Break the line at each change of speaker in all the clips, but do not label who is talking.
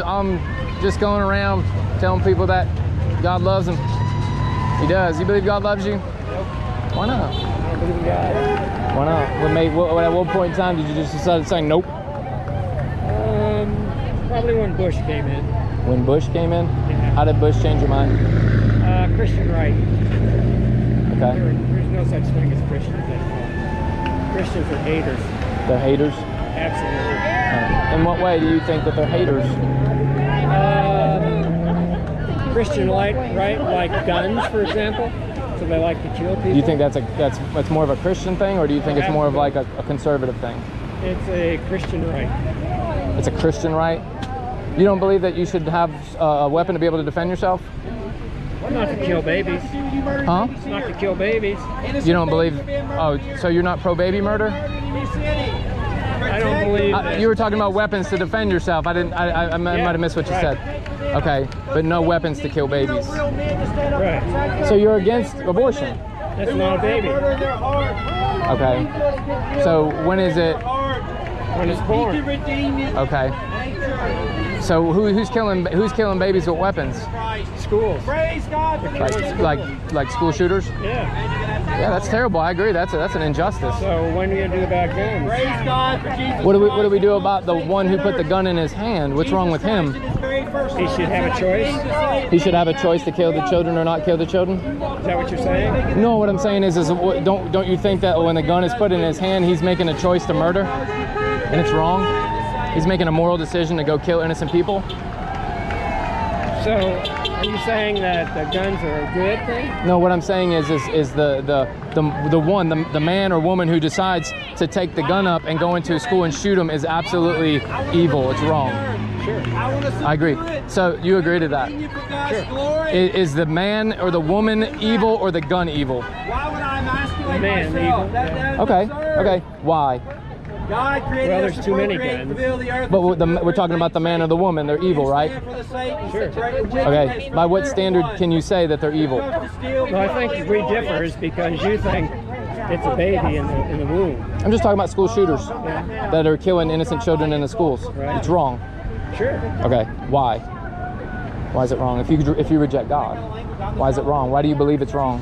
I'm just going around telling people that God loves them. He does. You believe God loves you? Why not?
Um,
Why not? What made, what, at what point in time did you just decide to say nope?
Um, probably when Bush came in,
When Bush came in?
Yeah.
How did Bush change your mind?
uh, Christian right.
Okay.
There- there's no such thing as Christians anymore. Christians are haters,
They're haters.
absolutely.
Uh, In what way do you think that they're haters?
Um, Christian like right, like guns, for example. So they like to kill people.
Do you think that's a that's that's more of a Christian thing, or do you think it's more of like a, a conservative thing?
it's a Christian right?
It's a Christian right. You don't believe that you should have uh, a weapon to be able to defend yourself,
Not to kill babies.
huh?
Not to kill babies.
You don't believe? Oh, so you're not pro baby murder?
I don't believe
Uh,
that.
you were talking about weapons to defend yourself. I didn't. I, I, I might have missed what you said. Okay, but no weapons to kill babies.
Right.
So you're against abortion.
That's not a baby.
Okay. So when is it? Oh.
When it's born.
Okay. So who, who's killing who's killing babies with weapons?
Schools.
Praise God.
Like like like school shooters?
Yeah.
Yeah, that's terrible. I agree. That's a, that's an injustice.
So when are you gonna do about guns?
Praise God for Jesus.
What do we what do we do about the one who put the gun in his hand? What's wrong with him?
He should have a choice.
He should have a choice to kill the children or not kill the children.
Is that what you're saying?
No, what I'm saying is is what- don't don't you think that when the gun is put in his hand, he's making a choice to murder, and it's wrong. He's making a moral decision to go kill innocent people.
So are you saying that the guns are a good thing?
No, what I'm saying is, is, is the, the, the, the one, the, the man or woman who decides to take the gun up and go into a school and shoot them is absolutely evil. It's wrong.
Sure.
I want to
I agree. So you agree to that?
you for God's glory.
I- Is the man or the woman evil or the gun evil?
Why would I emasculate
Man,
myself?
evil,
That,
yeah.
that is
Okay,
absurd.
okay. Why?
God created
Well,
us
there's
to
too many
procreate,
guns.
to build the earth,
But
and
we're, the,
to
we're talking about the man or the woman. They're evil, right?
stand for the Satan,
Sure.
separate
Okay.
wickedness
By
from
what
their
standard
one.
can you say that they're evil?
Comes to steal,
Well, I
kill,
think we
destroy.
differ is because you think it's a baby in the, in the womb.
I'm just talking about school shooters that are killing innocent children in the schools.
Right.
It's wrong.
Sure.
Okay. Why? Why is it wrong? If you if you reject God, why is it wrong? Why do you believe it's wrong?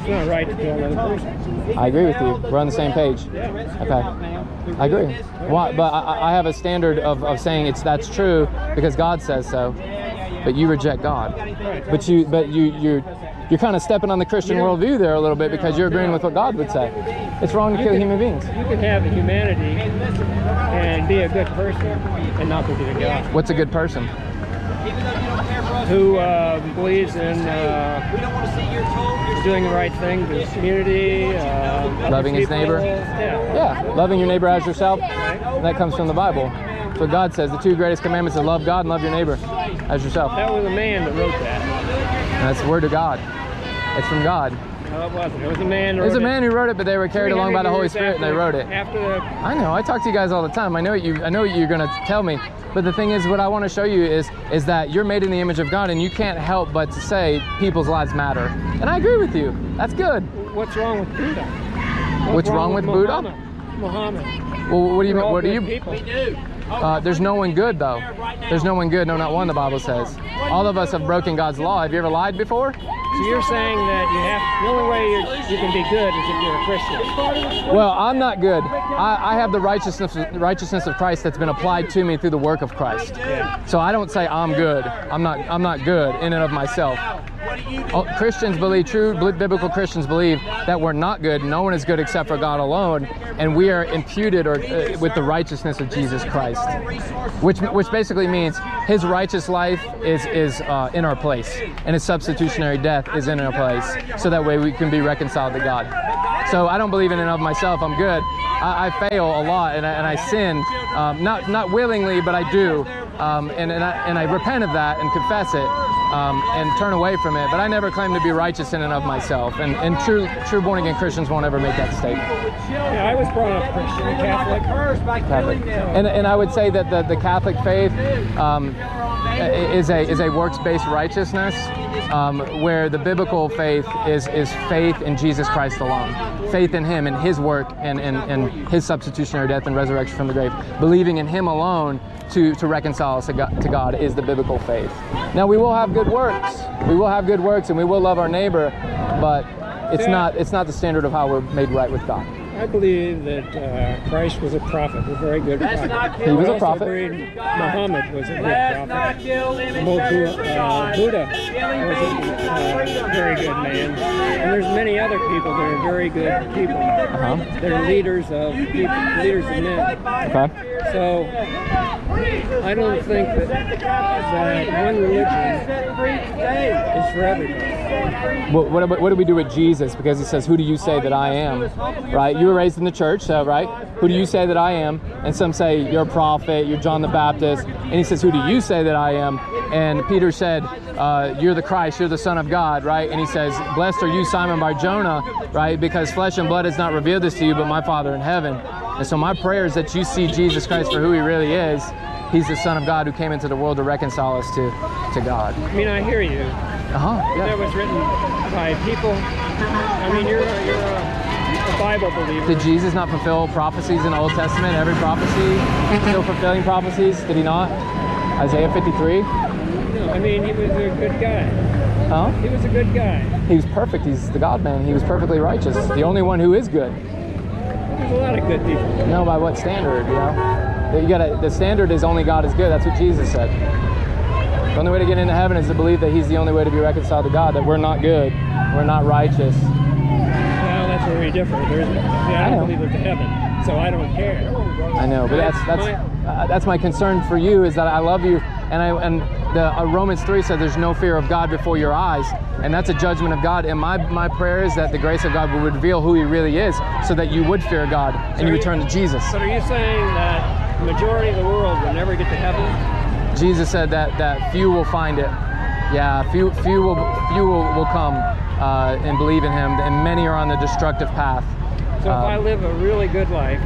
It's not right to kill another person.
I agree with you. We're on the same page. Okay. I agree. Why? But I- I, I have a standard of, of saying it's that's true because God says so, but you reject God. But you but you you you're kind of stepping on the Christian worldview there a little bit because you're agreeing with what God would say. It's wrong to kill human beings.
You can have humanity and be a good person and not be a God
What's a good person?
who uh, believes in uh, doing the right thing for his community, uh, other
Loving his
people.
neighbor.
Yeah.
Yeah, loving your neighbor as yourself. That comes from the Bible. That's what God says. The two greatest commandments are love God and love your neighbor as yourself.
That was a man that wrote that.
And that's the word of God. It's from God.
No, it wasn't. It was a man. that
There's a
wrote it
man who wrote it, but they were carried along by the
300
Holy
years
Spirit and they
after-
wrote it.
After the
I know. I talk to you guys all the time. I know what you. I know what you're gonna tell me. But the thing is, what I want to show you is is that you're made in the image of God, and you can't help but to say people's lives matter. And I agree with you. That's good.
What's wrong with Buddha?
What's wrong with Buddha?
Muhammad.
Well, what do you
We're
mean?
all
What do
good
you?
people.
Uh, there's no one good though. There's no one good. No, not one. The Bible says. All of us have broken God's law. Have you ever lied before?
So you're saying that you have the only way you you can be good is if you're a Christian.
Well, I'm not good. I, I have the righteousness righteousness of Christ that's been applied to me through the work of Christ. So I don't say I'm good. I'm not. I'm not good in and of myself. Oh, Christians believe, true bl- biblical Christians believe that we're not good. No one is good except for God alone, and we are imputed or uh, with the righteousness of Jesus Christ, which which basically means His righteous life is is uh, in our place, and His substitutionary death is in our place, so that way we can be reconciled to God. So I don't believe in and of myself. I'm good. I, I fail a lot, and I, and I sin, um, not not willingly, but I do, um, and and I, and I repent of that and confess it. um, and turn away from it. But I never claim to be righteous in and of myself. And, and true, true born again Christians won't ever make that statement.
Yeah, I was brought up Christian and Catholic.
Cursed by killing
Catholic.
them.
And, and I would say that the, the Catholic faith um, i- is a, is a works based righteousness, um, where the biblical faith is, is faith in Jesus Christ alone, faith in Him and His work and, and, and His substitutionary death and resurrection from the grave. Believing in Him alone to, to reconcile us to God, to God is the biblical faith. Now, we will have good works. We will have good works and we will love our neighbor, but it's,
Yeah.
not, it's not the standard of how we're made right with God.
I believe that uh, Christ was a prophet, a very good
Let's
prophet.
not
He was a
I also
prophet.
believe Muhammad was a good
Let's not
prophet.
kill
Bo-
living servants of
uh,
God.
Buddha
Killing
was
babies
a uh,
is
very good man. And there's many other people that are very good people. They're leaders of people, leaders of men.
Okay.
So I don't think that, that one religion
Set free today.
is for everybody.
What, what, about- what do we do with Jesus? Because he says, Who do you say that I am? Right? You were raised in the church, so, right? Who do you say that I am? And some say, You're a prophet, you're John the Baptist. And he says, Who do you say that I am? And Peter said, uh, You're the Christ, you're the Son of God, right? And he says, Blessed are you, Simon Bar Jonah, right? Because flesh and blood has not revealed this to you, but my Father in heaven. And so my prayer is that you see Jesus Christ for who he really is. He's the Son of God who came into the world to reconcile us to, to God.
I mean, I hear you.
Uh huh.
That
Yeah.
was written by people. I mean, you're, a- you're a, a Bible believer.
Did Jesus not fulfill prophecies in the Old Testament? Every prophecy, still fulfilling prophecies? Did he not? Isaiah 53?
I mean, he was a good guy.
Huh?
He was a good guy.
He was perfect. He's the God man. He was perfectly righteous. The only one who is good.
There's a lot of good people.
You know by what standard, you know? That You gotta, the standard is only God is good. That's what Jesus said. The only way to get into heaven is to believe that He's the only way to be reconciled to God, that we're not good, we're not righteous.
Well, that's where we differ. There's, see, I
I know.
don't believe in heaven, so I don't care.
I know, but that's that's uh, that's my concern for you is that I love you, and I and the uh, Romans three said there's no fear of God before your eyes, and that's a judgment of God. And my my prayer is that the grace of God will reveal who He really is, so that you would fear God and you would turn to Jesus.
But are you saying that the majority of the world will never get to heaven?
Jesus said that that few will find it. Yeah, few few will few will, will come uh, and believe in Him, and many are on the destructive path.
So if I
Um,
live a really good life,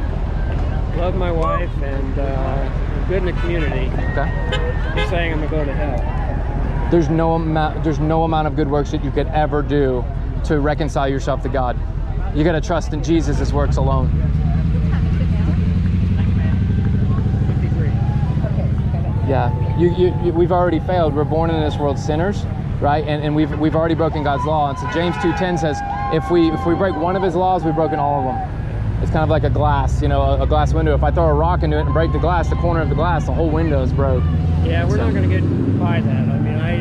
love my wife, and uh, I'm good in the community,
okay.
you're saying I'm going to go to hell.
there's no amount there's no amount of good works that you could ever do to reconcile yourself to God. You gotta trust in Jesus' works alone. Yeah, you, you, you, we've already failed. We're born in this world sinners, right? And, and we've we've already broken God's law. And so James 2:10 says, if we if we break one of His laws, we've broken all of them. It's kind of like a glass, you know, a, a glass window. If I throw a rock into it and break the glass, the corner of the glass, the whole window is broke.
Yeah, we're not going to get by that. I mean, I.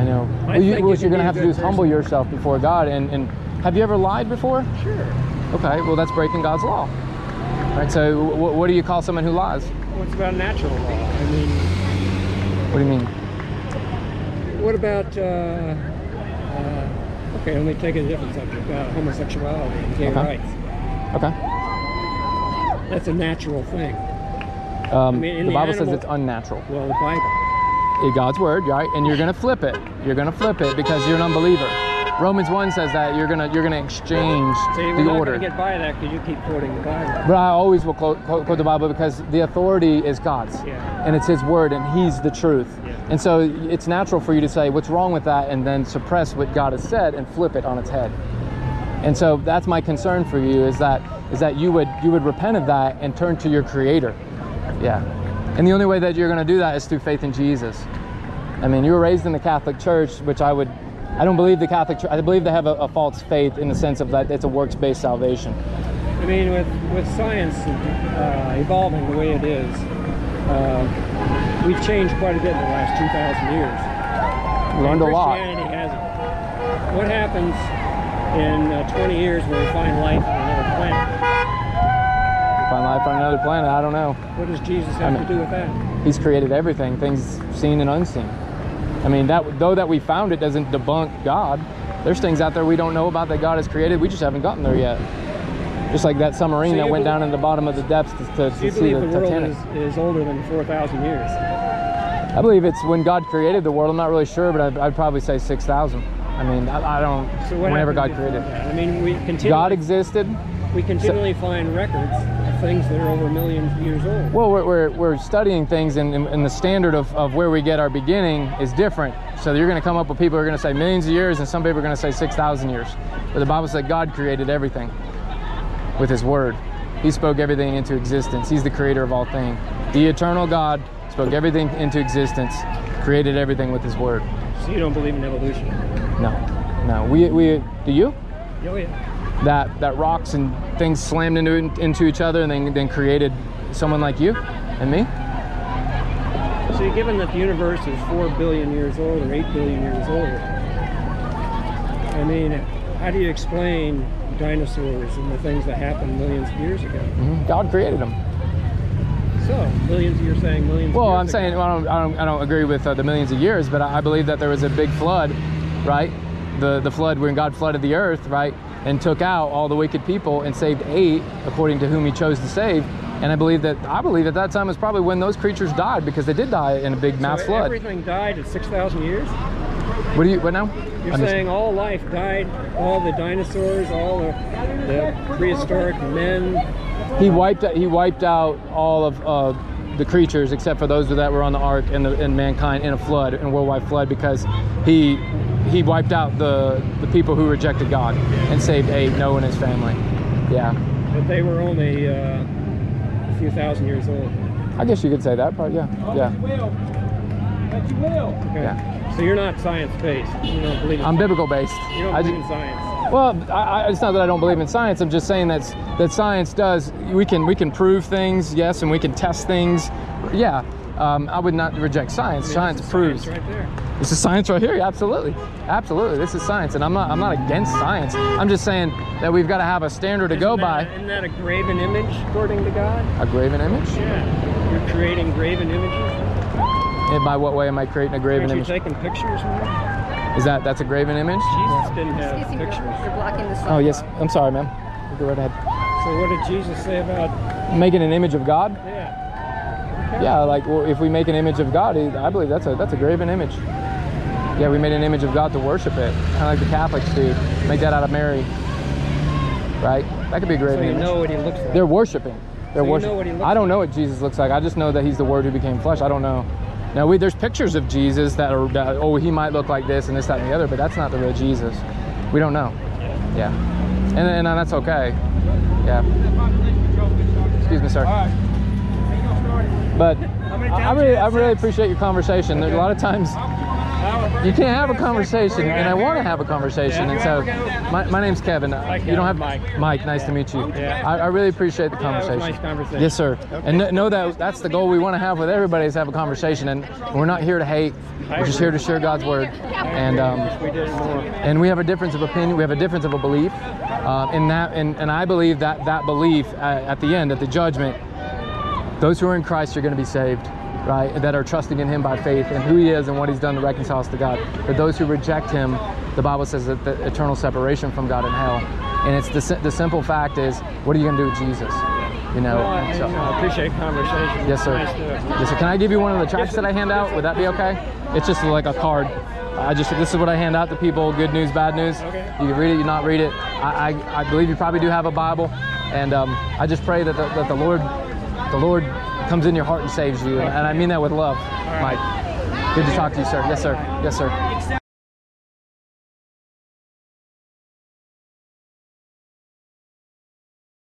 I know.
I
Well, you-
think
what
if
you're
you
going to
be a
have to
good
do is humble
person-
yourself before God. And, and have you ever lied before?
Sure.
Okay, well, that's breaking God's law. Right, so w- what do you call someone who lies?
What's about natural law? I mean,
What do you mean?
what about? Uh, uh, okay, let me take a different subject. Uh, homosexuality and gay
Okay.
rights.
Okay.
That's a natural thing.
Um,
I mean, in
the
the
Bible says
animal-
it's unnatural.
Well, the Bible.
in God's word, right? And you're gonna flip it. You're gonna flip it because you're an unbeliever. Romans 1 says that you're gonna you're gonna exchange
See, we're
the
not
order.
going to get by that because you keep quoting the Bible.
But I always will quote, quote, quote the Bible because the authority is God's,
Yeah.
and it's His word, and He's the truth.
Yeah.
And so it's natural for you to say, "What's wrong with that?" and then suppress what God has said and flip it on its head. And so that's my concern for you is that is that you would you would repent of that and turn to your Creator. Yeah. And the only way that you're going to do that is through faith in Jesus. I mean, you were raised in the Catholic Church, which I would, I don't believe the Catholic Church. I believe they have a, a false faith in the sense of that it's a works-based salvation.
I mean, with with science uh, evolving the way it is, uh, we've changed quite a bit in the last 2,000 years.
Learned a lot.
Christianity hasn't. What happens in uh, 20 years when we find life on another planet?
Find life on another planet. I don't know.
What does Jesus
I
have
mean-
to do with that?
He's created everything, things seen and unseen. I mean, that though that we found it doesn't debunk God. There's things out there we don't know about that God has created. We just haven't gotten there yet. Just like that submarine
So
that
you
went down
believe-
in the bottom of the depths to, to,
Do you
see
believe
the,
the world
Titanic.
is, is older than 4,000 years?
I believe it's when God created the world. I'm not really sure, but I'd, I'd probably say 6,000. I mean, I, I don't,
So what
whenever God
happened
created.
before that? I mean, we continue.
God existed.
we continually find records of things that are over a million years old.
Well, we're, we're, we're studying things, and, and, and the standard of, of where we get our beginning is different. So you're going to come up with people who are going to say millions of years, and some people are going to say 6,000 years. But the Bible said God created everything with His Word. He spoke everything into existence. He's the creator of all things. The eternal God spoke everything into existence, created everything with His Word.
so you don't believe in evolution?
No, no. We, we, do you?
Oh yeah.
That, that rocks and things slammed into, into each other and then, then created someone like you and me?
So you're given that the universe is four billion years old or eight billion years old. I mean, how do you explain dinosaurs and the things that happened millions of years ago?
Mhm. God created them.
So millions, you're saying millions. of
Well,
years
I'm
ago.
saying well, I, don't, I, don't, I don't agree with uh, the millions of years, but I, I believe that there was a big flood, right? The the flood when God flooded the earth, right, and took out all the wicked people and saved eight, according to whom He chose to save. And I believe that I believe at that time was probably when those creatures died because they did die in a big mass
so
flood.
Everything died at six thousand years.
What do you what now?
You're
I'm just-
saying all life died, all the dinosaurs, all the, the prehistoric men.
he wiped out, he wiped out all of uh, the creatures except for those that were on the ark and, the, and mankind in a flood in a worldwide flood because he he wiped out the the people who rejected God and saved eight Noah and his family. Yeah,
But they were only uh, a few thousand years old.
I guess you could say that part. Yeah, yeah.
But you will.
Okay.
Yeah.
So you're not science based. You don't believe in
I'm biblical based.
You don't
I
believe
ju-
in science.
Well, I, I, it's not that I don't believe in science. I'm just saying that's that science does. We can we can prove things, yes, and we can test things. Yeah, um, I would not reject science. science
It's
proves.
right there.
This is science right here. Yeah, absolutely, absolutely. This is science, and I'm not. I'm not against science. I'm just saying that we've got to have a standard to go
Isn't that-
by.
Isn't that a graven image according to God?
A graven image.
Yeah. You're creating graven images.
And by what way am I creating a graven
Aren't you
image?
taking pictures? Man?
Is that that's a graven image?
Jesus didn't
Excuse
have
me, you're,
pictures.
you're blocking the sun.
Oh yes. I'm sorry, ma'am. You Go right ahead.
So what did Jesus say about
Making an image of God.
that?
Yeah, like well, if we make an image of God, it- I believe that's a that's a graven image. Yeah, we made an image of God to worship it, kind of like the Catholics do. Make that out of Mary. Right. That could be a
So
graven
you
image.
know what he looks like.
They're worshiping. They're
So you
worshiping.
know what he looks
I don't know what Jesus looks like. I just know that he's the Word who became flesh. I don't know. Now we there's pictures of Jesus that are that, oh he might look like this and this that and the other, but that's not the real Jesus. We don't know. Yeah, and and that's okay. Yeah. Excuse me, sir. But I I really I really appreciate your conversation. There, a lot of times you can't have a conversation, and I want to have a conversation. And so my, my name's Kevin. You don't have
Mike.
Mike. Nice to meet you.
Yeah.
I, I really appreciate the
Yeah, it was a
conversation.
nice conversation.
Yes, sir. And kn- know that that's the goal we want to have with everybody is have a conversation, and we're not here to hate. We're just here to share God's word, and um,
We did more.
and we have a difference of opinion. We have a difference of a belief, uh, and that and, and I believe that that belief at, at the end, at the judgment, those who are in Christ are going to be saved, right? That are trusting in Him by faith and who He is and what He's done to reconcile us to God. But those who reject Him, the Bible says that the eternal separation from God in hell. And it's the, si- the simple fact is, what are you going to do with Jesus? You know.
Well, I,
Oh, so-
I appreciate conversation.
Yes, sir.
Nice to-
Yes, sir. Can I give you one of the tracks that I hand out? Would that be okay? It's just like a card. I just this is what I hand out to people: good news, bad news.
Okay.
You can read it, you not read it. I, I, I believe you probably do have a Bible, and um, I just pray that the, that the Lord, the Lord, comes in your heart and saves you, and, I mean that with love, Mike. Good to talk to you, sir. Yes, sir. Yes, sir.